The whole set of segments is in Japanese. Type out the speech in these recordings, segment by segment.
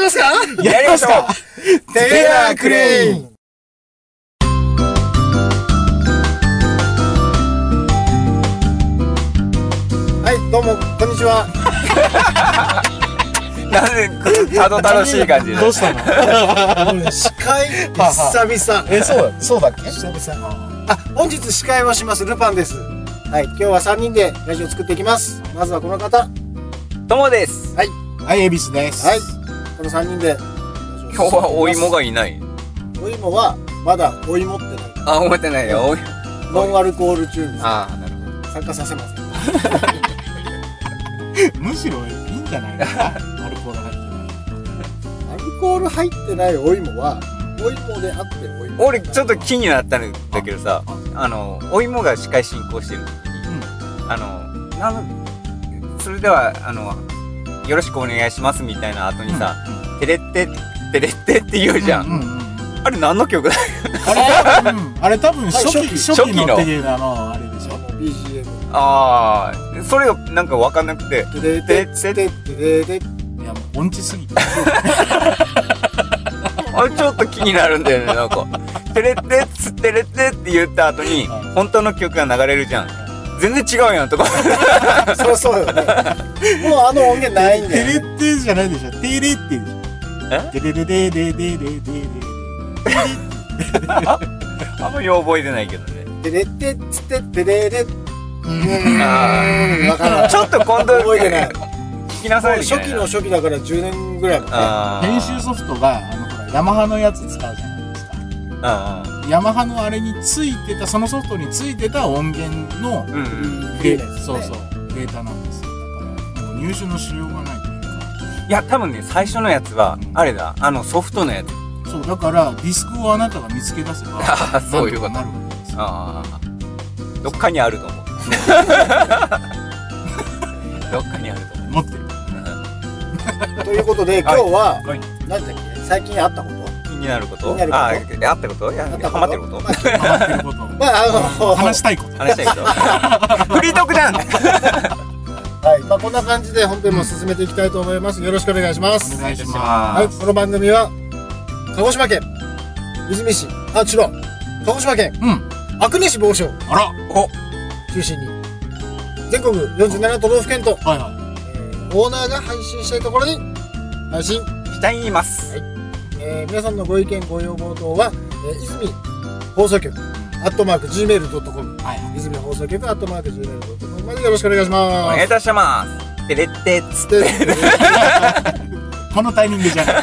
ますかやりましょうテラークレインはい、どうも、こんにちは。なぜ、あの楽しい感じでど。うしたの司会、久々。え、そうだ、そうだっけ久々。あ、本日司会をします、ルパンです。はい、今日は3人でラジオ作っていきます。まずはこの方。はともです。はい、エビスです。い、この3人で。今日はお芋。がいない。お芋は、まだお芋ってない。あ、思ってないよ。おいノンアルコール中にああ、なるほど。参加させません。むしろいいんじゃないかな。アルコール入ってなアルコール入ってないお芋は、お芋であってお芋。俺、ちょっと気になったんだけどさ、あの、お芋が司会進行してる時に、あの、なんそれでは、あの、よろしくお願いしますみたいな後にい。さ、てれって、てれってって言うじゃ。うんんうんうんあれ何の曲だあれ、うんあれ多分初はい期、初期初初期期ののっていうのはあの、あれでしあょ。の BGM。ああ、それがなんかわかんなくて、ででてって、ででででいや、もう音痴すぎて。あれちょっと気になるんだよね、なんか。てれって、つてれってって言った後にう、ん本当の曲が流れるじゃん。全然違うやんとか。そうそうよね。もうあの音源ないんテだレよ。ってじゃないでしょ。テレってでしえょ。テレレレレレレレレレ。あんまり覚えてないけどね。でででつってででで。あわからん。ちょっと今度、覚えてない。聞きなさい初みたいな。期の初期だから10年ぐらい前。ああー編集ソフトが、あの、ほら、ヤマハのやつ使うじゃないですか。あヤマハのあれについてた、そのソフトについてた音源のーうんうん。デーデータですそねうそう、データなんですよ。だから、もう入手のしようがないというか。いや、多分ね、最初のやつはう、んあれだ、あの、ソフトのやつ。そう、だから、ディスクをあなたが見つけ出せば、あー そういうことなんとかなるわけですよ。ああ。どっかにある と思う。どっかにあると思う。持ってる。ということで今日は、はいなんだっけ最近あったこと気になること気になることああー、あったこといやあったことハマってることハマってること。まああ の話したいこと。話したいけ ど。フリートークじゃんはい、まあ、こんな感じで本編も進めていきたいと思いますよろしくお願いしますお願いしまはい、この番組は鹿児島県出水市あ違う鹿児島県す。うん。阿久根市房総をあら、お、中心に全国47都道府県と、はいはえーオーナーが配信したいところに配信、期待言います。えー皆さんのご意見ご要望等は、えー、泉放送局アットマーク Gmail.com い。はいはい。泉放送局アットマークジュネルドットコムまでよろしくお願いしおま願いいす。たします。てれってっつって。このタイミングじゃない。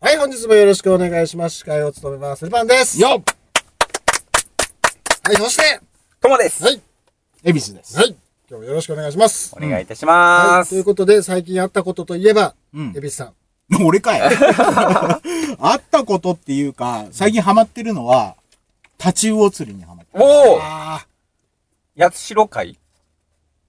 はい、本日もよろしくお願いします。司会を務めます。ルパンです。よっはい、そして、ともです。はい、恵比寿です。はい、今日もよろしくお願いします。お願いいたしまはい、す。ということで、最近あったことといえば、うんエ。ビスさん。俺かい。会ったことっていうか、最近ハマってるのは、タチウオ釣りにハマってる。おおあ八代会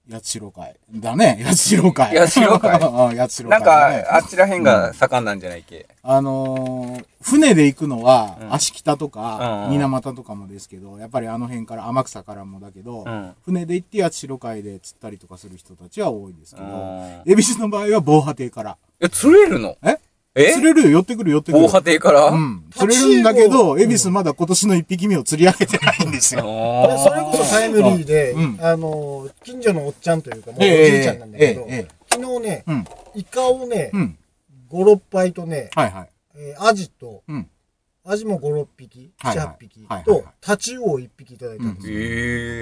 八代海。だね、八代海。八代海 うん八代海、ね。なんか、あっちらへんが盛んなんじゃないっけあのー船で行くのはう、ん足北とうんかう、ん水俣とかもですけど、やっぱりあの辺から、天草からもだけど、うん船で行って八代海で釣ったりとかする人たちは多いですけど、え、恵比寿の場合は防波堤から。釣れるのええ釣れるよ、寄ってくる、寄ってくる。防波堤からう。うん釣れるんだけタチウオど、恵比寿まだ今年の一匹目を釣り上げてないんですよ。あ、でそれこそタイムリーで、うんあの、近所のおっちゃんというか、もうおええじいちゃんなんだけど、ええええ昨日ね、うん。イカをねう、ん。 5、6杯とね、はいはい。えーアジと、うん。アジも5、6匹、はいは7、い8匹はいはいはとい、タチウオ1匹いただいたんですよで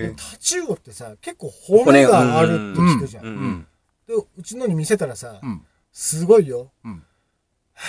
えタチウオってさ、結構骨があるって聞くじゃん。う。うんで、うちのに見せたらさ、うん。すごいよ。うんは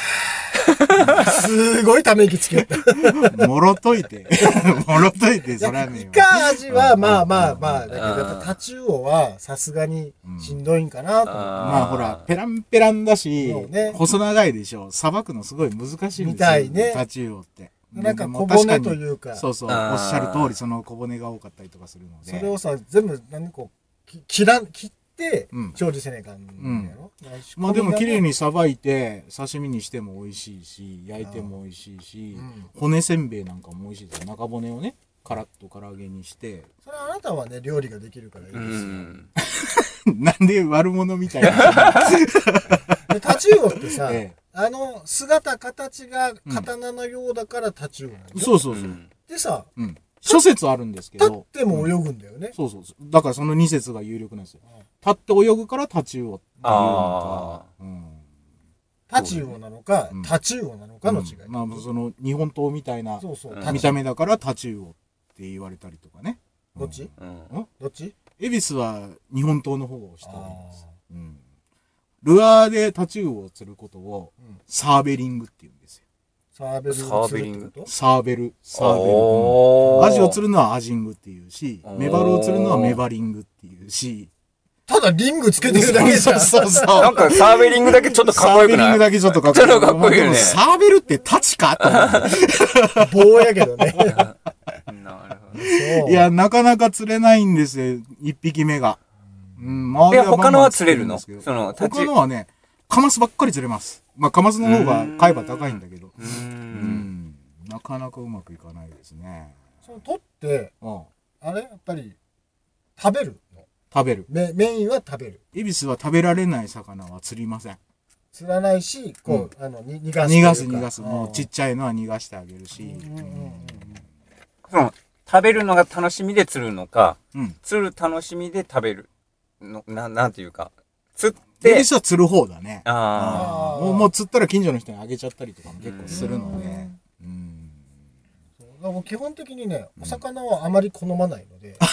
ぁ すごいため息つけよった。もろといて。 もろといて、それはね。イカ味はうんまあまあまあ、だけどうんやっぱタチウオはさすがにしんどいんかなと思っまあほら、ペランペランだしそうね、細長いでしょ。さばくのすごい難しいんですよ。みたいねタチウオって。て。なんかで小も確骨にというか、そそうそう。おあーっしゃる通り、その小骨が多かったりとかするので。れをさ、全部何こう、き切らん、切っってうん、調理せねえかんのやろ。だから仕込みまあでもがね綺麗。にさばいて、刺身にしても美味しいし、焼いても美味しいし、うん骨せんべいなんかも美味しいですよ。中骨をね、カラッと唐揚げにして。 それはあなたはね、料理ができるからいいでうすよ。ん。なんで悪者みたいな。、で、タチウオってさ えあの、姿、形が刀のようだからタチウオなんだよえ、そうそうそう。でさ、うん。諸説あるんですけ立どっ。ても泳ぐんだよね。そうそうそう。だからその2節が有力なんですようん。立って泳ぐからタチウオっていうのあか。うん。タチウオなのかうん、タチウオなのかの違い。うんまあその日本刀みたいなそうそううん。タ見チた目だからタチウオって言われたりとかね。どっちうん。どっち恵比寿は日本刀の方をしておりますあ。うん。ルアーでタチウオを釣ることをうんサーベリングって言うんですよ。サーベルをするってことサーベル、サーベル。うんおーアジを釣るのはアジングっていうしお、ーメバルを釣るのはメバリングっていうし。 ただリングつけてるだけじゃん。 そうそうそうなんかサーベリングだけちょっとかっこよくサーベリンなグいだけちょっとかっこ いい。ちょっとかっこいいよねでもサーベルってタチか と思っ棒 やけどね。なるほどそうて。いや、なかなか釣れないんですよ。一匹目が。うん、周いりや、はバ他ンのバンは釣釣れれるるんでのすけどその、立ち。他のはね、カマスばっかり釣れます。まあ、カマスの方が買えば高いんだけど。う。うんん。なかなかうまくいかないですね。その取って、うん。あれやっぱり、食べるの食べる。メメインは食べる。エビスは食べられない魚は釣りません。釣らないし、こう、あの、に逃がすとい逃うか。がす逃がす。もうちっちゃいのは逃がしてあげるし。うんうんうんうんその、食べるのが楽しみで釣るのか、うん。釣る楽しみで食べるの、な、なんていうか。釣っエてビ、スは釣る方だね。ああーもうもう釣ったら近所の人にあげちゃったりとかも結構するので。うん。そうだからもう基本的にね、お魚はあまり好まないので、あ、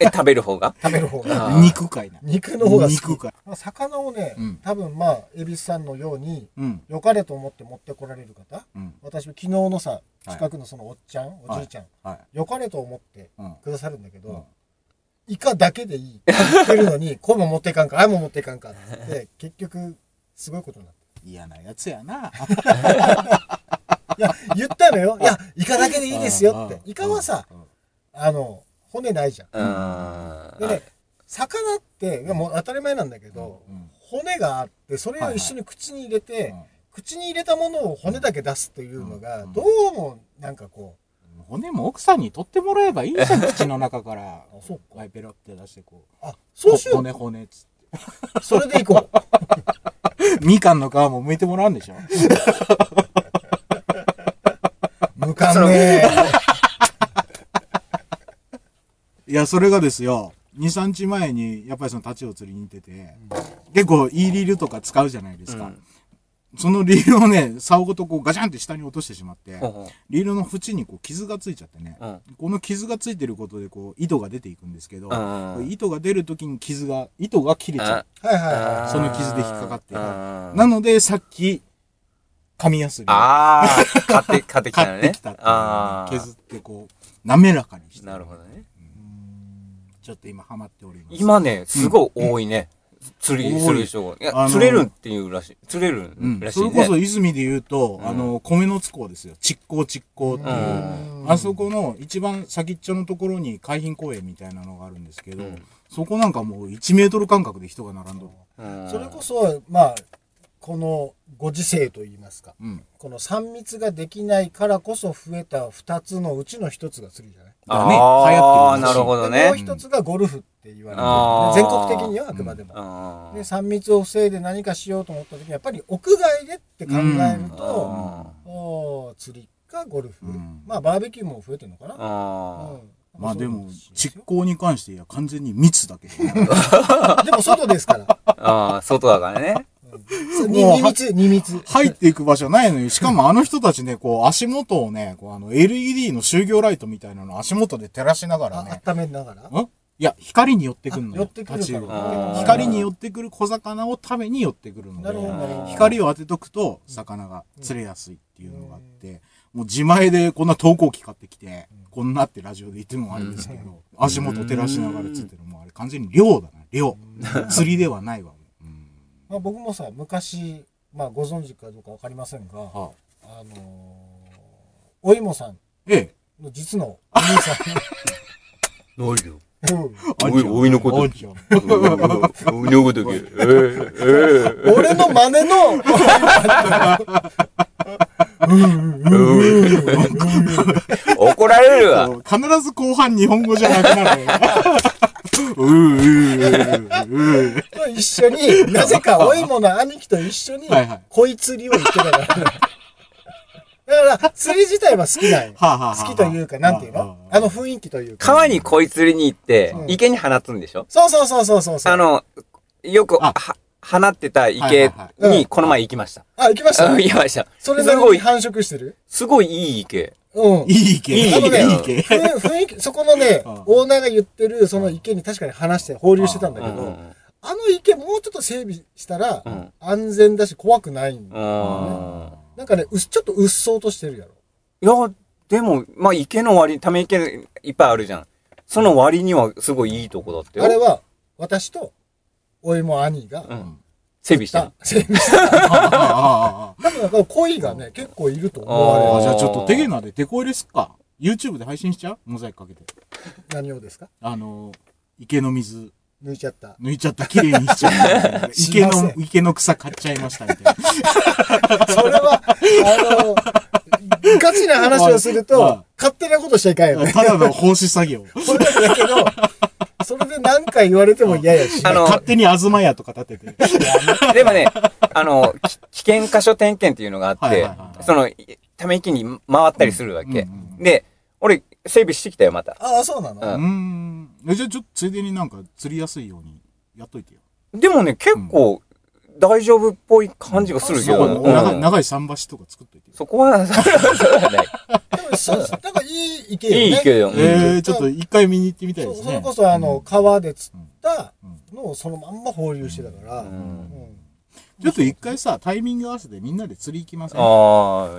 え、食べる方が食べる方が。あー肉かいな。肉の方が好き。肉かい。まあ、魚をね、うん多分まあ、恵比寿さんのように、うん。良かれと思って持ってこられる方、うん。私も昨日のさ、はい近くのそのおっちゃん、おじいちゃん、はい。良かれと思ってうん。くださるんだけど、うんイカだけでいいって言ってるの に、これも持っていかんか、あれも持っていかんかって言って、結局、すごいことになっ嫌なやつやな。た。いや、言ったのよ。いや、イカだけでいいですよって。うんイカはさ、、うんあの、骨ないじゃん。うーん。でね、魚って、いやもう当たり前なんだけど、うん骨があって、それを一緒に口に入れて、口に入れたものを骨だけ出すというのが、うんどうも、なんかこうん骨も奥さんに取ってもらえばいいじゃん、口の中 から。そっかはい、ペロって出してこうう。、あ、そうしよ骨骨っつっう。それでいこ う。て。みかんの皮も剥いてもらうんでしょ向かんねいや、それがですよ、2、3日前に、やっぱりその太刀を釣りに行ってて、結構いいリールとか使うじゃないですか。うんそのリールをね、竿ごとこうガチャンって下に落としてしまって、ほうほリールの縁にこう傷がついちゃってね、ううん。この傷がついてることでこう糸が出ていくんですけうど、んこれ糸が出るときに傷が、糸が切れちゃう。はいはいはその傷で引っかかってるななので、さっき、紙やすりをああ、買って、買ってきたの買ね。ってきたっていうのあをねあ。削ってこう、滑らかにして。なるほどね。ちょっと今ハマっております。今ね、すごい多いね。釣りする人が。いあのや、釣れるっていうらしい。釣れるうんらしいそれね。こそ泉で言うと、んあの、米の津港ですよ。築港築港っていう、うあそこの一番先っちょのところに海浜公園みたいなのがあるんですけど、うんそこなんかもう1メートル間隔で人が並んどる。うんい。それこそ、まあ、このご時世といいますか、うん。この3密ができないからこそ増えた2つのうちの1つが釣りじゃないがねあ流行ってるらしあ、いなるほどでもうね。 1つがゴルフって言われてるあー全国的にはあくまでも。あで、3密を防いで何かしようと思った時に、やっぱり屋外でって考えると、あおー釣りかゴルフ、うんまあバーベキューも増えてるのかな、あうんまあでも、そう築港に関しては完全に密だけど。 でも外ですから、あ、ああ、外だからね。うん、にもう二密二密入っていく場所ないのよ。しかもあの人たちね、こう足元をね、こうあの LED の就業ライトみたいなのを足元で照らしながらねあ、温めながらんいや、光に寄ってくるのあ寄よ。ってくるタチウオからって光に寄ってくる小魚を食べに寄ってくるのなるほどなるほどで、光を当てとくと、魚が釣れやすいっていうのがあって、もう自前でこんな投稿機買ってきて、こんなってラジオで言ってもあれですけど、足元を照らしながら釣ってるのもうあれ完全に漁だな、漁。釣りではないわ。うんまあ、僕もさ昔、まあ、ご存知かどうかわかりませんが、はああのー、お芋さんええ。の実のお兄さん何よ。おいおいのことおいちゃんおいのごとき。えーえうん俺の真似の、ー怒られるわ。必ず後半日本語じゃなくな る。うーうーうーうー一緒に、なぜかおいもの兄貴と一緒にはいはい、こい釣りを行ってたから。だから、釣り自体は好きなんよ。はあはあはあ好きというか、なんていうのはああはあの雰囲気というか。川にこいつりに行って、池に放つんでしょそうそうそうそうそうそう。あの、よく、あは、放ってたはいはい池はいうんに、この前行きました。あ、行きましたあ行きました。それすなりごにい、繁殖してるすごいいい池。うん。いい池。いいい池い池。ふ雰囲気、そこの ねうん、オーナーが言ってる、その池に確かに話して放流してたんだうけんうど、んあの池もうちょっと整備したらう、ん。安全だし怖くないんだう。ん。なんかね、うっちょっとうっそうとしてるやろ。いや、でも、まあ、池の割に、ため池いっぱいあるじゃん。その割には、すごいいいとこだってよ。あれは、私と、おいも兄がう、ん。整備してるあ。整備した。ああああ多分、だから恋がね、結構いると思あわあれじる。ゃあちょっと手芸なんでデコ入れすっか。YouTube で配信しちゃうモザイクかけて。何をですかあの、池の水抜いちゃった。抜いちゃった、綺麗にしちゃった。し池ませんの、池の草買っちゃいましたみたいな。それは、あ の、ガチな話をするうんうんと、勝手なことしちゃいかんよね。ただの奉仕作業。それだけど、それで何回言われても嫌やし。あの勝手に東屋とか建てて。でもね、 あの、き危険箇所点検っていうのがあって、はいはいはいはいその、いため池に回ったりするわけ。うんうんうんで、俺、整備してきたよ、また。ああ、そうなの、うんうーん。えじゃあちょっとついでになんか釣りやすいようにやっといてよ。でもね、結構、大丈夫っぽい感じがするけそど、ううん長い、長い桟橋とか作っといてよ。そこは、 そうだね。でもそうなんかいい池よね。いいけど、うんええちょっと一回見に行ってみたいそでうすそれね。こそ、あの、川で釣ったうんのをそのまんま放流してたから。ううんんちょっと一回さ、タイミング合わせてみんなで釣り行きませんああ、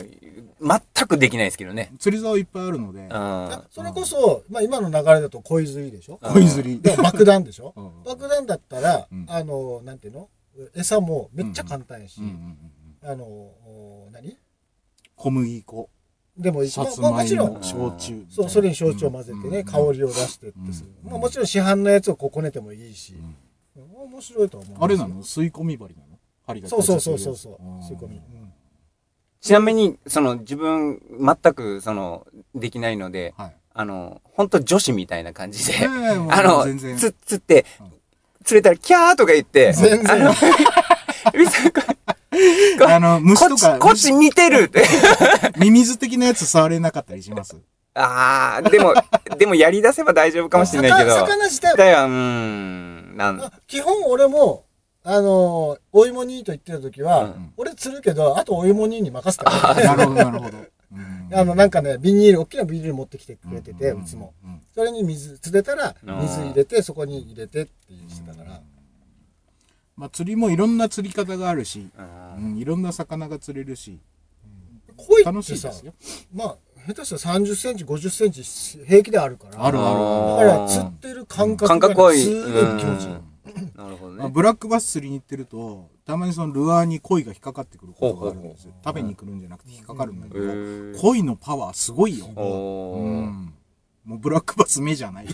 全くできないですけどね。釣り竿いっぱいあるのでう、ん。あそれこそ、まあ今の流れだと恋釣りでしょうん恋釣り。でも爆弾でしょうんうん爆弾だったらうん、あの、なんていうの餌もめっちゃ簡単やしうんう、んうんあの、お何小麦粉、でもいいし、さまあつまあまもいちろんも、、焼酎。そう、それに焼酎を混ぜてね、香り。りを出してってする。うんまあもちろん市販のやつをこうこねてもいいしうん、うん面白いと思うんですよあれなの吸い込み針なの針がそうそうそうそうそううん。吸い込み。うんちなみに、その、自分、全く、その、できないので、はい。あの、ほんと女子みたいな感じで、ええもうあの、全然。つ、つってうん、釣れたら、キャーとか言って、全然あの、みさんこあの、虫ことっち、か、こっち見てるって。ミミズ的なやつ触れなかったりしますああ、でも、でもやり出せば大丈夫かもしれないけど、魚魚自体は、だよ、うーん、なん、あ基本俺も、あのー、お芋にと言ってた時は、うん俺釣るけど、あとお芋にに任せたからね、なるほど、なるほど。うんあの、なんかね、ビニール、大きなビニール持ってきてくれてて、うちも。。んんんそれに水、釣れたら、ー水入れて、そこに入れてってしてたから。まあ、釣りもいろんな釣り方があるし、ううんん、いろんな魚が釣れるし、鯉楽っしいてさで、すよ。まあ、下手したら30センチ、50センチ平気であるから。あるあるだあかる。ら、釣ってる感覚が、感覚はいいすごい気持ちいい。うんなるほどまあ、ね。ブラックバス釣りに行ってると、たまにそのルアーに鯉が引っかかってくることがあるんですよ。食べに来るんじゃなくて引っかかるんだえけど、ー鯉のパワーすごいよ。うおーん。もうブラックバス目じゃない。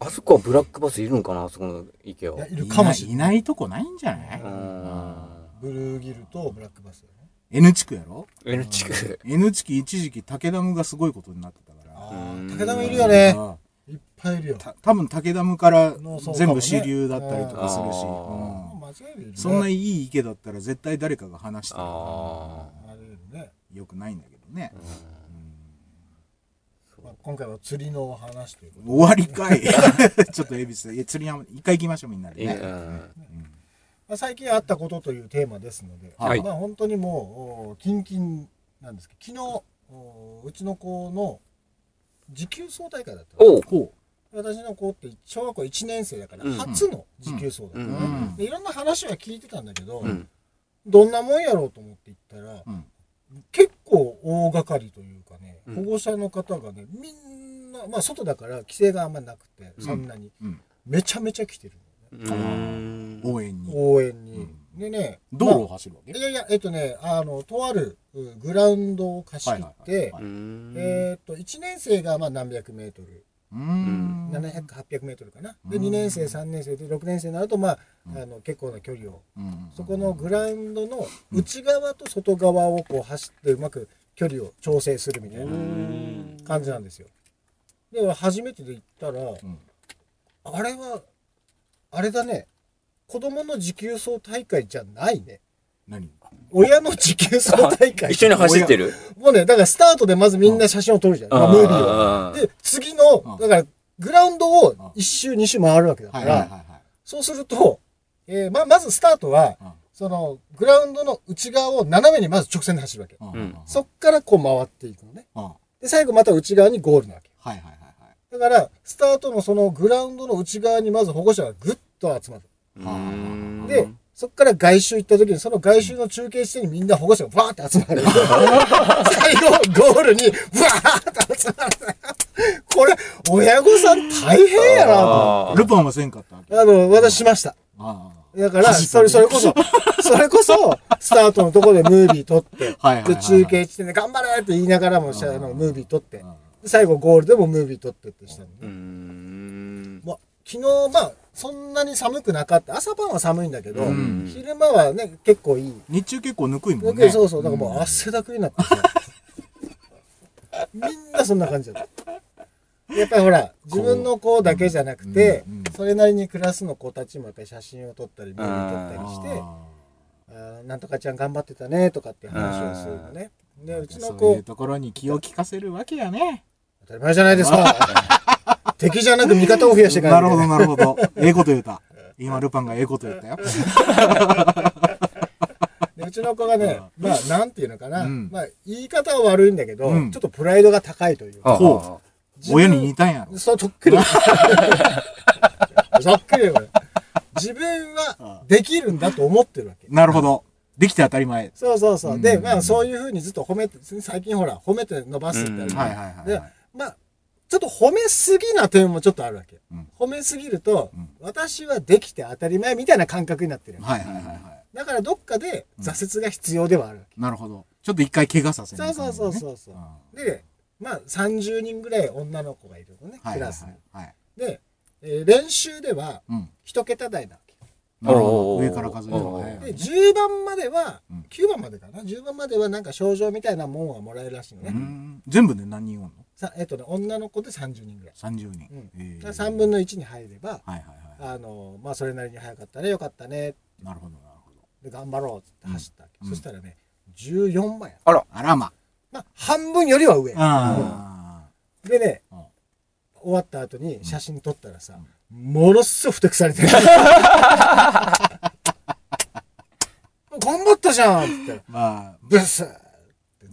あそこはブラックバスいるのかなあそこの池いはや。いるかもしれない。いないとこないんじゃないうーん。ブルーギルとブラックバスだよね。 ?N 地区やろ上の地区。 ?N 地区一時期武ダムがすごいことになってたから。あうんあ、武田もいるよね。うんいっぱいいるよ。た多分武ダムからもうそうかもね全部支流だったりとかするし、ううんん間違いでいるね。そんないい池だったら絶対誰かが話してるああれだよね。よくないんだけどねあ。。うんまあ、今回は釣りのお話ということで終わりかいちょっと恵比寿でいや釣り山一回行きましょうみんなでいいね、うんまあ、最近あったことというテーマですので、はいまあ、本当にもう、キンキンなんですけど、昨日お、うちの子の持久走大会だったのおう。ほ私の子って小学校1年生だから、うん初の持久走だったのね、うんうんでいろんな話は聞いてたんだけど、うん。どんなもんやろうと思って行ったら、う、うん、結構大掛かりというかね、うん保護者の方がね、みんな、まあ、外だから規制があんまりなくて、うんそんなに、うんめちゃめちゃ来てるうあん応援のね、に応援に。うんでね、道路を走るわけ、いやいや、えっとね、あの、とあるうグラウンドを貸し切っはいはいはいては、うんえーっと、1年生がまあ何百メートル、うーん。 700か800メートルかな。で、うん2年生、3年生で、6年生になると、まあ、うんあの、結構な距離を。うんそこのグラウンドの内側と外側をこう走ってうまく距離を調整するみたいな感じなんですよ。で、俺初めてで行ったら、んあれは、あれだね、子供の持久走大会じゃないね。何親の持久走大会。一緒に走ってるもうね、だからスタートでまずみんな写真を撮るじゃん。うんムービーを。うんで、次の、うだから、グラウンドを1周、2周回るわけだかはいはいはいら、はそうすると、えーま、まずスタートは、うんその、グラウンドの内側を斜めにまず直線で走るわけ。い。うんそっからこう回っていくのね。うんはいで、最後また内側にゴールなわけ。はいはいはい。だから、スタートのそのグラウンドの内側にまず保護者がぐっと集まる。うんで、そこから外周行った時に、その外周の中継地点にみんな保護者がわーって集まる。最後、ゴールにわーって集まる。これ、親御さん大変やなと。あールパンはせんかったわけ。ああの、私しました。あ。だから、走ったそれ、それこそ、 それこそ、スタートのところでムービー撮って、はいはいはいで、はい中継地点で頑張れって言いながらも、しあうの、んムービー撮ってう、んで最後ゴールでもムービー撮ってってしたのね。うんまあ、昨日、まあ、そんなに寒くなかった。朝晩は寒いんだけど、ん昼間はね、結構いい。日中結構ぬくいもだんけどね。そうそう、だからもう汗だくになってさ。 みんなそんな感じだった。やっぱりほら、自分の子だけじゃなくて、うんうんそれなりにクラスの子たちもやっぱり写真を撮ったり、ビデオを撮ったりあしーて、あーなんとかちゃん頑張ってたねとかって話をするのね。で、うちのそうい子う、ところに気を利かせるわけやね。当たり前じゃないです か。敵じゃなく味方を増やしていかなないといけないるほど、なるほ ど。ええこと言うた。今、ルパンがええこと言 ったよ。でうちの子がね、まあ、なんていうのかな、うんまあ、言い方は悪いんだけど、うんちょっとプライドが高いというか。こ自分親に似たんやろ。そう、とっく り。そっくりよ、これ。自分はできるんだと思ってるわけ。なるほど。できて当たり前。そうそうそう。うで、んまあ、そういうふうにずっと褒めて、最近ほら、褒めて伸ばすってあるうんはいはいはいではい。まあ、ちょっと褒めすぎな点もちょっとあるわけ。うん褒めすぎると、うん私はできて当たり前みたいな感覚になってる。はいはいはいはだからどっかで挫折が必要ではあるわけ。い。なるほど。ちょっと一回怪我させそうそうそうう。そうそう。あで、まあ、30人ぐらい女の子がいるのね、ーはクいはいラスはにい。。はい。で、えー練習ではうん。 1桁台なわけ。なるほどおー上から数えるのが早いよで、ね。 10番まではうん、 9番までかな、10番まではなんか賞状みたいなもんはもらえるらしいのうね。ん全部で何人おんのさえっとね、女の子で30人ぐらい。 ?30 人うん。えー3分の1に入れば、はいはいはあの、まあ、それなりに早かったね、よかったね、い。なるほどなるほど。で頑張ろうっつって走ったわけ。うんそしたらね、14番や。あらま。まあ、半分よりは上。あでねうん、終わった後に写真撮ったらさ、ものすごいふてくされてる。 頑張ったじゃんって言ったらあ。まブス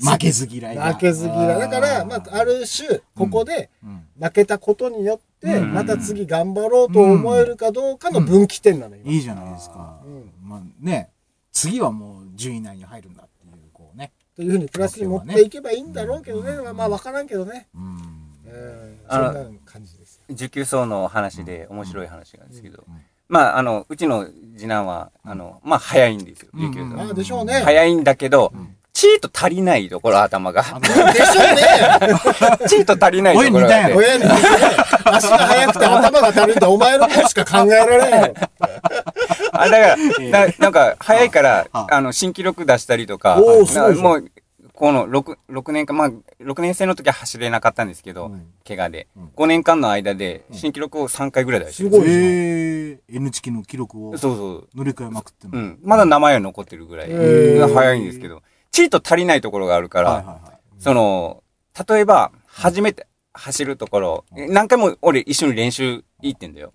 あ、負けず嫌いが負けず嫌い。だから、まあ、あ。る種、ここでうん負けたことによって、うんまた次頑張ろうと思えるかどうかの分岐点なのよ。いいじゃないですかうん。まあね、次はもう10位以内に入るんだっていう、こうね。というふうにプラスに持っていけばいいんだろうけどね。うんまあまあ、わからんけどね。うん。うんそあんのな感じです。受給層の話で面白い話なんですけど、うんうんまあ、あの、うちの次男は、あの、まあ、早いんですよ、うん受給層まあ、でしょうね。早いんだけど、チート足りないところ、頭が。あでしょうね。チート足りないところがあっおい似たやんて。親に言ってね足が速くて頭が軽いってお前のことしか考えられないよ。あ、だから、ななんか、早いから、ああの、新記録出したりとかおーすご、いなもう、この6、六年間、まあ、6年生の時は走れなかったんですけど、うん怪我でうん。 5年間の間で、新記録を3回ぐらい出してる。すごいじゃんえー NHK の記録をそうそう。乗り換えまくってんうの。ん。まだ名前は残ってるぐらい。へー早いんですけど。チート足りないところがあるから、はいはいはい。その、例えば、初めて走るところ、う何回も俺一緒に練習行ってんだよ。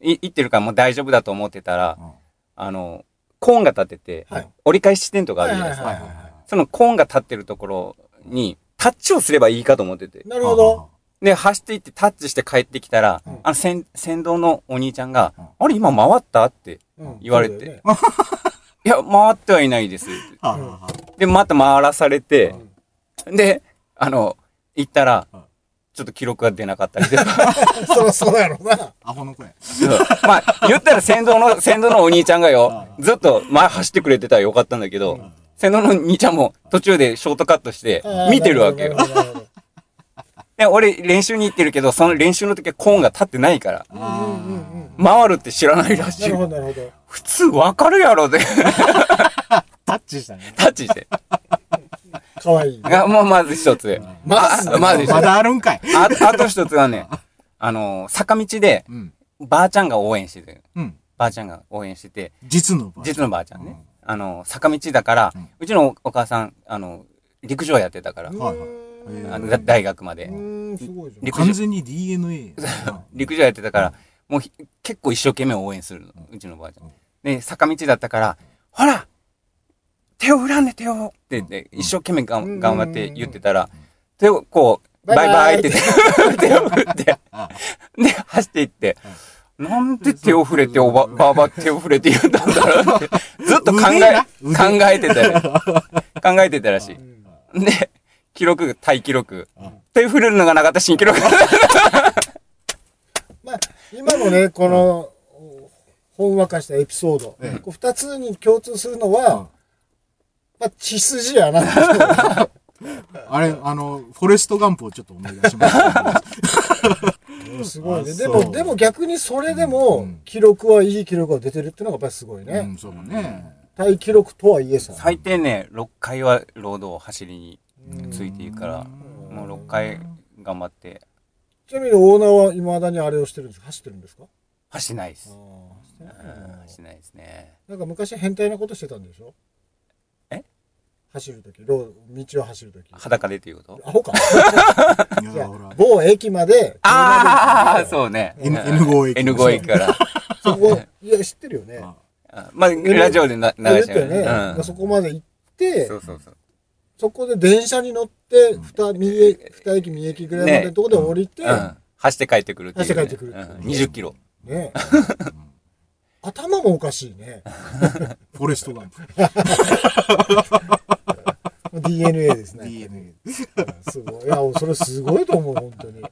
い行ってるからもう大丈夫だと思ってたら、うんあの、コーンが立ってて、はい折り返し地点とかあるじゃないですか。はいはいはいそのコーンが立ってるところに、タッチをすればいいかと思ってて。なるほど。。で、走っていってタッチして帰ってきたら、うんあの、先、先導のお兄ちゃんが、うんあれ今回ったって。うん言われてそうだよねいや、回ってはいないですって。あははで、また回らされて、で、あの、行ったらうん、ちょっと記録が出なかったりとか。そりゃそうやろな。アホの声。そうまあ、言ったら先導の、先導のお兄ちゃんがよ、うずっと前走ってくれてたらよかったんだけど、先導の兄ちゃんも途中でショートカットしてあー 見てるわけよな。ほどなるほどでで俺練習に行ってるけど、その練習の時はコーンが立ってないから、うんうんうんうん回るって知らないらしないるほ。ど、なるほど。普通わかるやろで、タッチしたね。タッチして。かわいい。が、まあ、まず一つ。まずあまず一つ。まあだあるんかい。あと一つはね、あの、坂道で、うん。ばあちゃんが応援してて、うん。ばあちゃんが応援してて、実の場合。実のばあちゃんね。あの、坂道だからうん、うちのお母さん、あの、陸上やってたから、はいはいうーんあのへえだ大学までう。ーん、すごいじゃん。陸上完全に DNA やな。陸上やってたから、もうひ結構一生懸命応援するの、うちのばあちゃうんん。で、坂道だったから、ほら手を振らんで手をって言って、うん一生懸命がうんん頑張って言ってたらうん、手をこう、ババイイババイイって手 手を振って、あで、走っていって、なんで手を振れて、おば、ばあば手を振れて言ったんだろう って、ずっと考腕えな、腕考えてたら、考えてたらしうんい。で、記録、タイ記録うん。手振れるのがなかった新記録。まあ、今のね、この、ほんわかしたエピソードええ。こう二つに共通するのは、まあ、血筋やな。 あれ、あの、フォレストガンプをちょっと思い出しました。すごいね。であそも、うでも逆にそれでうもん、記録はいい記録が出てるっていうのがやっぱりすごいうん、ね。そうね。タイ記録とはいえさ。最低ね、6回はロードを走りにうんついていくから、んもう6回頑張ってちなみにオーナーは未だにあれをしてるんですか走ってるんですか走ってないであす。あ、してないうんな走ってないですね。なんか昔変態なことしてたんでしょえ走るとき、ロー道を走るとき。裸でっていうことアホか。 いやいやほら、某駅まで、ああ、う。そうね。 N- N5 駅 N5 駅から。そこ、いや、知ってるよね。ああまあ、ラジオでな流言っしてたよよね。ね。うそこまで行ってん。そ、うそうそう。そこで電車に乗って、二、三駅、二駅、三駅ぐらいまでのとこで降りて、うん。走って帰ってくるっていうね。走って帰ってくるうん20キロ。ね。 頭もおかしいね。フォレストガンプ。 DNA ですね。 DNA。すごい。いや、それすごいと思う、本当に。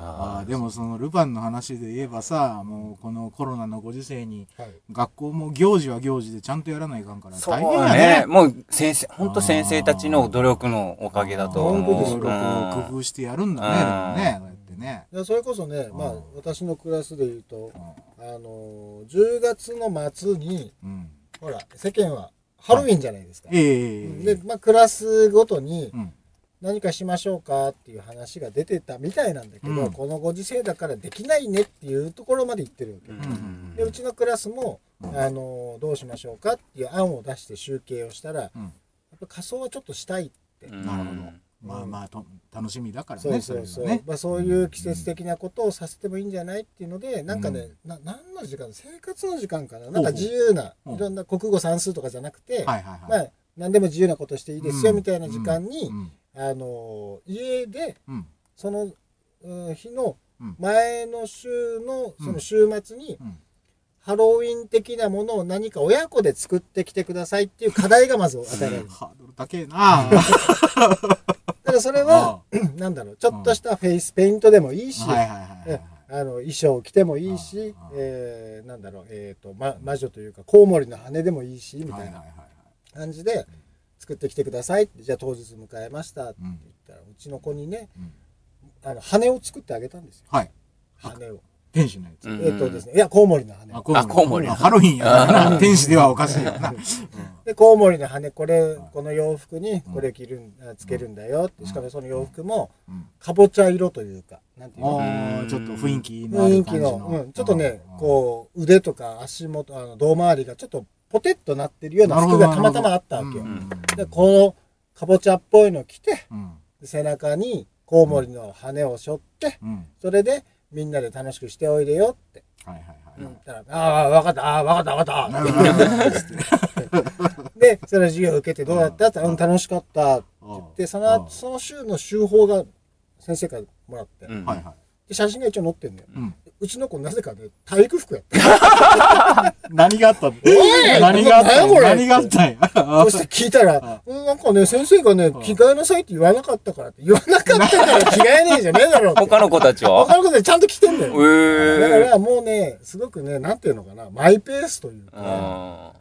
ああ、でもそのルパンの話で言えばさ、もうこのコロナのご時世に、はい。学校も行事は行事でちゃんとやらないかんからそう大変やね。ね。もう先生、本当先生たちの努力のおかげだとあー思。そうういろいろこう工うん夫してやるんだね、でもね、こうやってね。いやそれこそね、まあうん、私のクラスで言うとう、んあのー、10月の末に、うん。ほら、世間はハロウィンじゃないですか。ええで、まあ、クラスごとにうん。何かしましょうかっていう話が出てたみたいなんだけど、うんこのご時世だからできないねっていうところまで行ってるわけ。うんんで、うちのクラスも、あのーどうしましょうかっていう案を出して集計をしたら、やっうんぱ仮装はちょっとしたいってうんなるほどまあまあと、楽しみだからそうね、そうそう、れがね。まあ、そういう季節的なことをさせてもいいんじゃないっていうので、なんかね、な何の時間生活の時間かななんか自由な、ほうほういろんな国語算数とかじゃなくて、はいはいまはい。あ、何でも自由なことしていいですよ、うんみたいな時間に、うん。あの家でうん。その、うん日のうん前の週のうんその週末に、うんハロウィン的なものを何か親子で作ってきてくださいっていう課題がまず与えられる。ハードル高えなだからそれ は、はなんだろう、ちょっとしたフェイスペイントでもいいいし、はいはいはい。あの衣装を着てもいいしああ、えー、なんだろう、えーとま、魔女というかコウモリの羽でもいいしみはたいはいいなはい。感じで作ってきてくださいってじゃあ当日迎えましたってうん言ったらうちの子にねうんあの羽を作ってあげたんですよはい。羽を。天使のやつ。うんえっ、とですねいやコウモリの羽。コウモリあコウモリあハロウィンやからな。天使ではおかしいよな。でコウモリの羽これいこの洋服にうんこれ着るんあつけるんだよってしかもその洋服もうんかぼちゃ色というかなんていうのああ、ちょっと雰囲気の雰ある囲感気じのの。うん、ちょっとね、うんこう、腕とか足元、あの、胴回りがちょっとポテッとなってるような服がたまたまあったわけよ。んで、この、かぼちゃっぽいの着て、うん。背中にコウモリの羽を背負って、うん。それで、みんなで楽しくしておいでよってはいはい言はったら、ああ、わかった、ああ、わかった、わかい。った。で、その授業受けてどうだったって言ったら、うん、楽しかったって言 って、その後、その週の週報が先生からもらって、うんはいはで写真が一応載ってんだよ。い。うん。うちの子なぜかね、体育服やった。何があったのえい何があった何やこのれ何があったんや。そして聞いたら、うんなんかね、先生がね、着替えなさいって言わなかったからって、言わなかったから着替えねえじゃねえだろって。 他の子たち他はのことでちゃんと着てんだえよ。だかー。らもうね、すごくね、なんていうのかな、マイペースというか、あ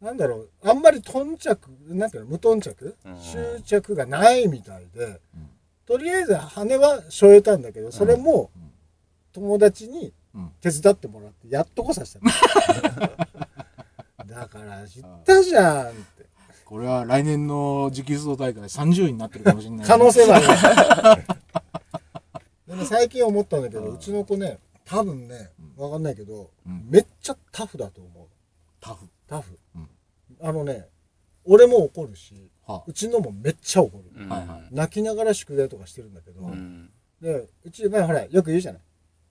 なんだろう、あんまり頓着、なんていうの、無頓着うん執着がないみたいで、とりあえず羽はしょえたんだけど、それもうん友達にうん手伝ってもらって、やっとこさせた のだから、知ったじゃんって。 これは来年の持久走大会30位になってるかもしれない。可能性 はある。でも最近思ったんだけど、うちの子ね、多分ね、わかんないけど、うんめっちゃタフだと思う。タフ。タフ。うんあのね、俺も怒るし、はうちのもめっちゃ怒る。うんはいはい泣きながら宿題とかしてるんだけど、うんでうち、まあ、ほらよく言うじゃない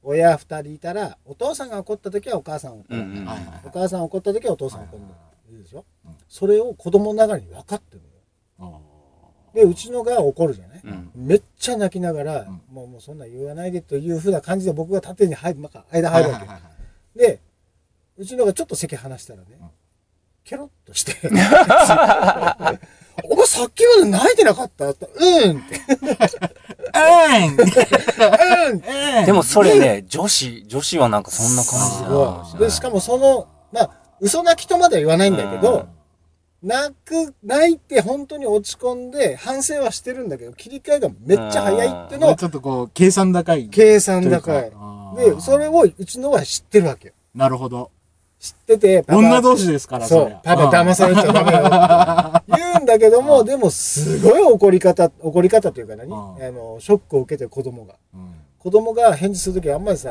親二人いたらお父さんが怒った時はお母さん怒うる、んうんはいはいお母さん怒った時はお父さん怒るはいはいいいでしょ、うんそれを子供ながらに分かってるのよあでうちのが怒るじゃない、うんめっちゃ泣きながら、んもうもうそんなん言わないでというふうな感じで僕が縦に入る、まあ間ーは入いるはわいはけ、いはい。でうちのがちょっと席離したらね、うんケロッとして 「お前さっきまで泣いてなかった?」って言ったらうん」って「うん」えでもそれね、女子、女子はなんかそんな感じだなすごい。で、しかもその、まあ、嘘泣きとまでは言わないんだけど、泣く、泣いて本当に落ち込んで、反省はしてるんだけど、切り替えがめっちゃ早いっていうのもうは、ちょっとこう、計算高い。計算高い。で、それを。をうちのは知ってるわけよ。なるほど。知ってて、パパ女同士ですから、そりうゃ、パパ騙されちゃダメよ。言うんだけども、でもすごい怒り方、怒り方というか何うんあの、ショックを受けてる子供が。うん うん子供が返事するときあんまりさ、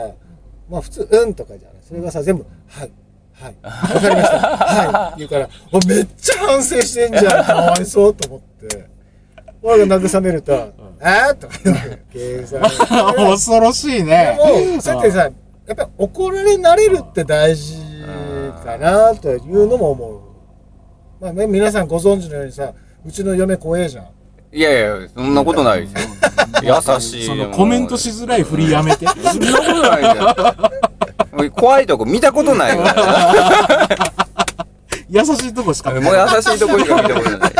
まあ普通、うんとかじゃない。それがさ、全部、はい、はい、わかりました、はい、言うから、おめっちゃ反省してんじゃん、かわいそうと思って。俺が慰めると、あーとか言うわけ計算。で恐ろしいね。も、そうやってさ、やっぱり怒られ慣れるって大事かなというのも思う。まあね、皆さんご存知のようにさ、うちの嫁怖えじゃん。いやいや、そんなことないですよ。優しい。そのコメントしづらい振りやめ て。そんなことないじゃん。おい怖いとこ見たこと ないよ。優しいとこしかもう優。しいとこしか見たことない。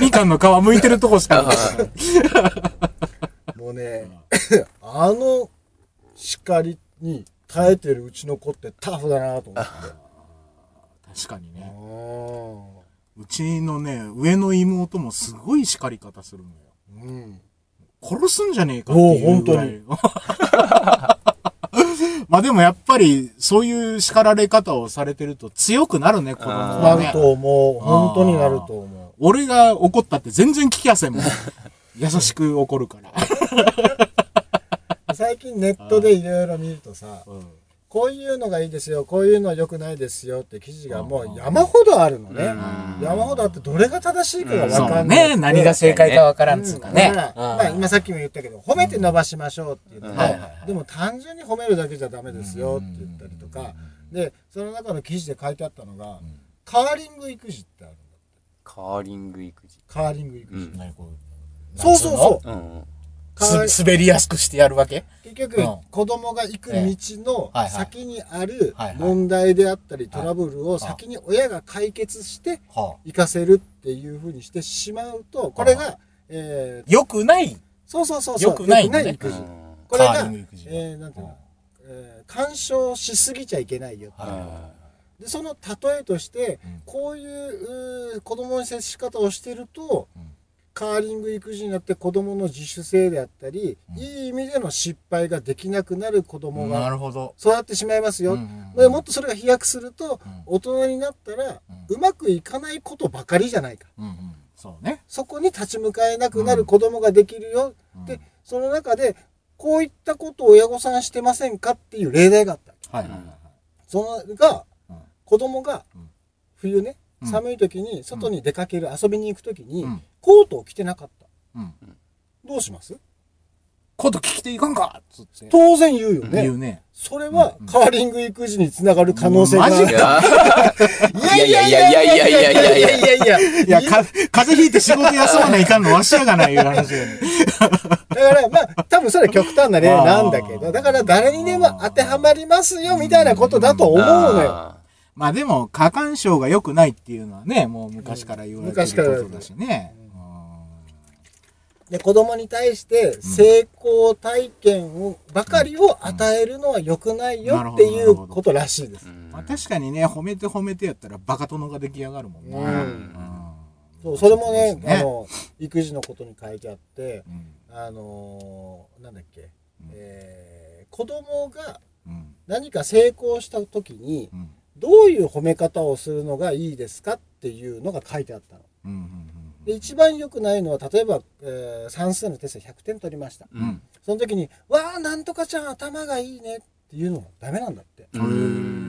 みかんの皮剥いてるとこしか。もうね、あの叱りに耐えてるうちの子ってタフだなと思って。確かにね。ううちのね、上の妹もすごい叱り方するのよ。ん。殺すんじゃねえかっていうぐらい。 まあでもやっぱり、そういう叱られ方をされてると強くなるね、子供なはるね。と思う。本当になると思俺が怒ったって全然聞きやせん もん。優しく怒るから。う。最近ネットでいろいろ見るとさ、こういうのがいいですよ、こういうの良くないですよって記事がもう山ほどあるのね。山ほどあってどれが正しいかがそわかうんない。ね。何が正解かわからんっつうかねだ。からまあ今さっきも言ったけど、褒めて伸ばしましょうって言って、でも単純に褒めるだけじゃダメですよって言ったりとか、で、その中の記事で書いてあったのが、カーリング育児ってあるんだって。カーリング育児。カーリング育児。うんそうそうそう。うん。カーす滑りやすくしてやるわけ結局、うん子供が行く道えはいはのい先にあるはいはい問題であったりトラブルを先に親が解決しては行かせるっていうふうにしてしまうとこれが、えー、よくないそうそうそうそう良くないのね良く育児こカれーリがング育児は。えーなんていうのえー干渉しすぎちゃいけないよっていうでその例えとして、こういううー子供の接し方をしてると、カーリング育児になって子供の自主性であったり、いい意味での失敗ができなくなる子供ながるほど。育ってしまいますよ、でもっとそれが飛躍すると、大人になったら、うまくいかないことばかりじゃないかそうね。そこに立ち向かえなくなる子供ができるよ、でその中でこういったことを親御さんしてませんかっていう例題があったはいはいはい。そのが、うん子供がうん冬ね、うん寒い時に外に出かける、遊びに行く時に、うんコートを着てなかったうん。どうします今度聞きていかんかつって。当然言うよね、言うね。それはカーリング育児につながる可能性がある、マジいやいやいやいやいやいやいやいやいやいやいやいや、か、風邪ひいて仕事休まないかんのわしやがないいう話やね。だからまあ多分それは極端な例なんだけあどーだから誰にでも当てはまりますよみたいなことだと思うのよあまあでも、過干渉が良くないっていうのはね、もう昔から言われて昔からることだしね。で子供に対して成功体験をばかりを与えるのは良くないなよっるほてどいうことらしいですーう。んまあ確かにね、褒めて褒めてやったらバカ殿が出来上がるもんな。うんうんそうそれもねそうですあねの育児のことに書いてあってうんああのーなんだっけ、うんえー子供がうん。何か成功した時にうん。どういう褒め方をするのがいいですかっていうのが書いてあったの。うん。うん。で一番良くないのは例えば、えー算数のテストで100点取りました。うん。その時に「わあなんとかちゃん頭がいいね」っていうのもダメなんだって。うん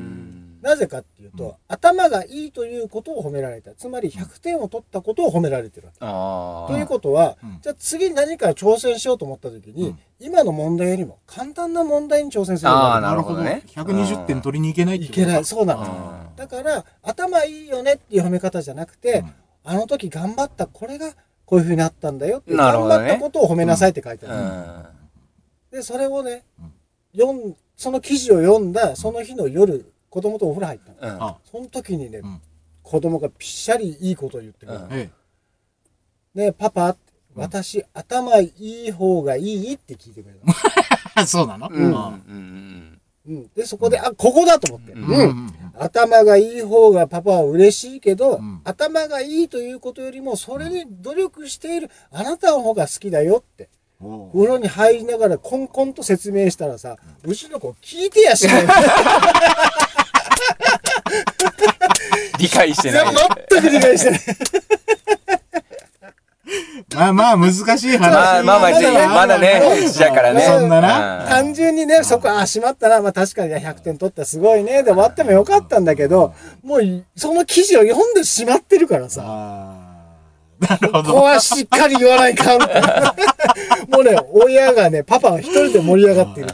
なぜかっていうと、うん頭がいいということを褒められたつまり100点を取ったことを褒められてるわけ。あということは、うんじゃあ次何か挑戦しようと思った時に、うん今の問題よりも簡単な問題に挑戦するあーのなるほどね120点取りに行けないっていこけとない。そうなの。あだから、頭いいよねっていう褒め方じゃなくて、うんあの時頑張った、これがこういう風になったんだよっていう、なるほ頑ど張っねたことを褒めなさいって書いてある。うんで、それをねうん、読ん、その記事を読んだ、その日の夜、子供とお風呂入ったの。うんあその時にね、うん子供がぴっしゃりいいことを言ってくる。うんえねパパ、うん私、頭いい方がいいって聞いてくれたの。え。そうなのうんうんあうんうん、で、そこで、あ、ここだと思って。うーんうん頭がいい方がパパは嬉しいけど、うん頭がいいということよりも、それに努力しているあなたの方が好きだよって。おう風呂に入りながらコンコンと説明したらさ、うちの子聞いてやしない。理解してない。全く理解してない。まあまあ、難しいまあ話。まあまあ、ぜひまだね、うちだからね。そんななう単純にね、そこ、あ、しまったな、まあ確かに100点取ったすごいね、で終わってもよかったんだけど、もう、その記事を読んでしまってるからさ。あーなるほここど。はしっかり言わない かん。もうね、親がね、パパは一人で盛り上がってる。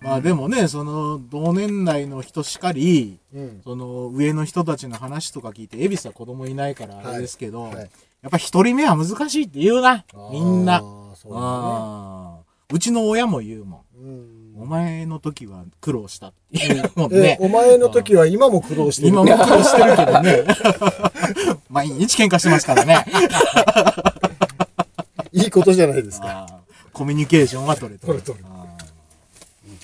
まあでもね、その、同年代の人しかり、うん。その、上の人たちの話とか聞いて、恵比寿は子供いないからあれですけど、はいはいやっぱ一人目は難しいって言うな、みんな。あーそうだねあーうちの親も言うもうんん。お前の時は苦労したって言うもんねえ。お前の時は今も苦労してる。今も苦労してるけどね。 毎日喧嘩してますからね。いいことじゃないですか。あーコミュニケーションは取れてる。取れて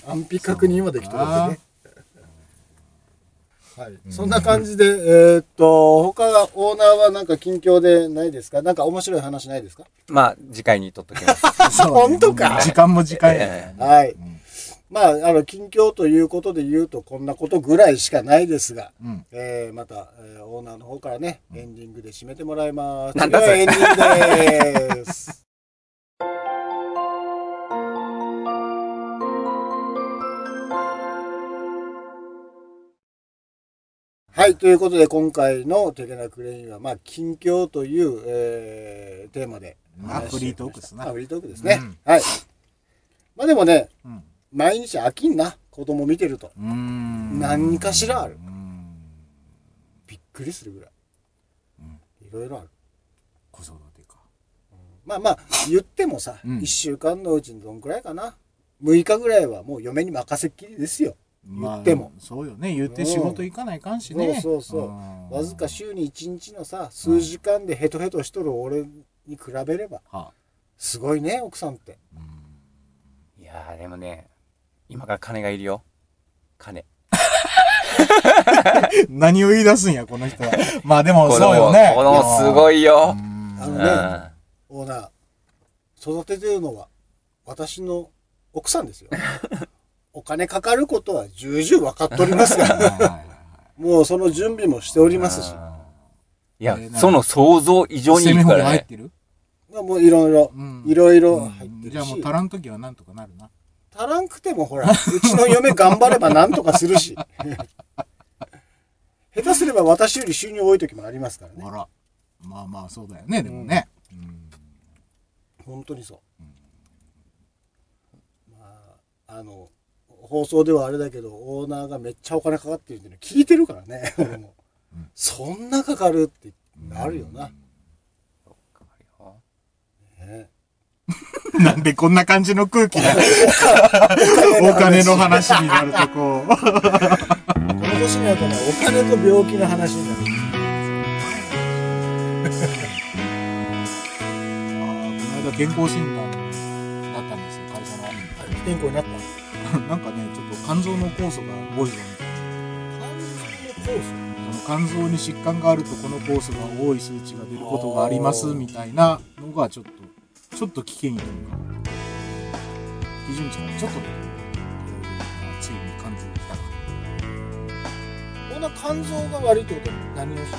あ安否確認はできてるわけね。はい、んそんな感じで、えーっと、他、オーナーはなんか近況でないですかなんか面白い話ないですかまあ、次回に撮っとき ます。ーそうね本当か時間も時間やからねはい。んまあ、あの、近況ということで言うと、こんなことぐらいしかないですが、うんえーまた、えーオーナーの方からね、エンディングで締めてもらいます。なんだそれではエンディングで す。はい、ということで、今回のテケナクレインは、まあ、近況という、えーテーマでおまあ話ししてきました。フリートークっすなまあフリートークですね。うんはい。まあでもね、うん毎日飽きんな子供見てるとうーん何かしらあるうんびっくりするぐらいいろいろある子育てか。まあまあ言ってもさ、うん1週間のうちにどんくらいかな6日ぐらいはもう嫁に任せっきりですよまあ言ってもそうよね。言って仕事行かないかんしね。そうそうそうんわずか週に1日のさ数時間でヘトヘトしとる俺に比べればはすごいね奥さんっていやー、でもね、今から金がいるよ。金。何を言い出すんや、この人は。まあでも、子そうよ供、ね。子供すごい。いよ。あうのん。ねオーナー育ててるのは私の奥さん ですよお金かかることは重々分かっております がもうその準備もしておりますしいやえー、なその想像以上にいセミるホかールら入っね。てるまあもういろいろうんいろいろ入ってるし、じゃあもう足らんときはなんとかなるな。足らんくてもほら、うちの嫁頑張ればなんとかするし。 下手すれば私より収入多い時もありますからねあ。ら。まあまあ、そうだよね、でもね。うん本当にそう。まあ、あの、放送ではあれだけど、オーナーがめっちゃお金かかってるっていうの聞いてるから ね、俺も。そんなかかるってなるよな。ね なんでこんな感じの空気だお金の話になるとこう。この年になったらお金と病気の話になる。あーこの間健康診断だったんですよ会社の不健康になった。なんかねちょっと肝臓の酵素が多いぞみたいなその肝臓に疾患があるとこの酵素が多い数値が出ることがありますみたいなのがちょっとちょっと危険意というか基準値がちょっとついに感じてきたこなんな肝臓が悪いってことは何をして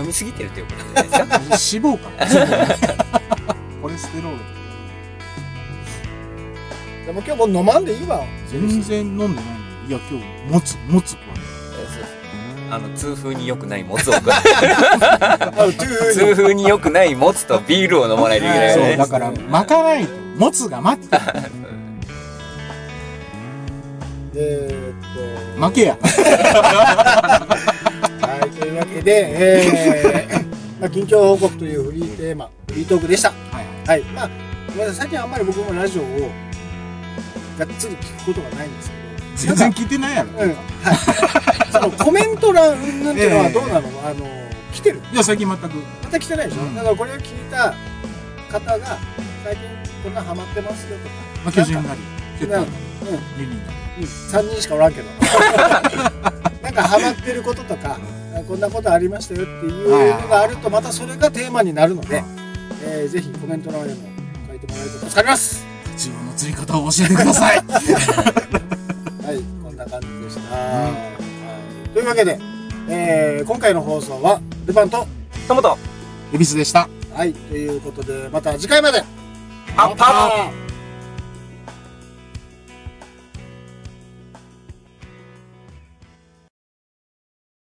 飲みすぎてるということじゃ ないですか脂肪かな コレステロールでも今日もう飲まんでいいわ。全然飲んでないのにいや今日もつもつ食わなあいの痛風に良くないもつをあ、トゥー痛風に良くないもつとビールを飲まないといけないよそねうだから巻かないともつが待ってるえーっと。負けやはい、というわけで、えー、 まあ、近況報告というフリーテーマ、フリートークでした。はいはい。まあ、ごめんなさい最近あんまり僕もラジオをがっつり聞くことがないんですけど、 全然聞いてないやろなんか、うん、 はい。そのコメント欄云々っていうのはどうなの、あの、来てるいや最近全くまた来てないでしょ、うんだからこれを聞いた方が、最近こんなハマってますよとか、まあ巨人なり結な構んかうん。リリーなり3人しかおらん けどなんかハマってることとかこんなことありましたよっていうのがあるとまたそれがテーマになるので、えーぜひコメント欄へも書いてもらえると助かります自分の釣り方を教えてくださいはいこんな感じでした、はいというわけで、えー今回の放送はルパンとともと恵比寿でしたはいということでまた次回までアッパーー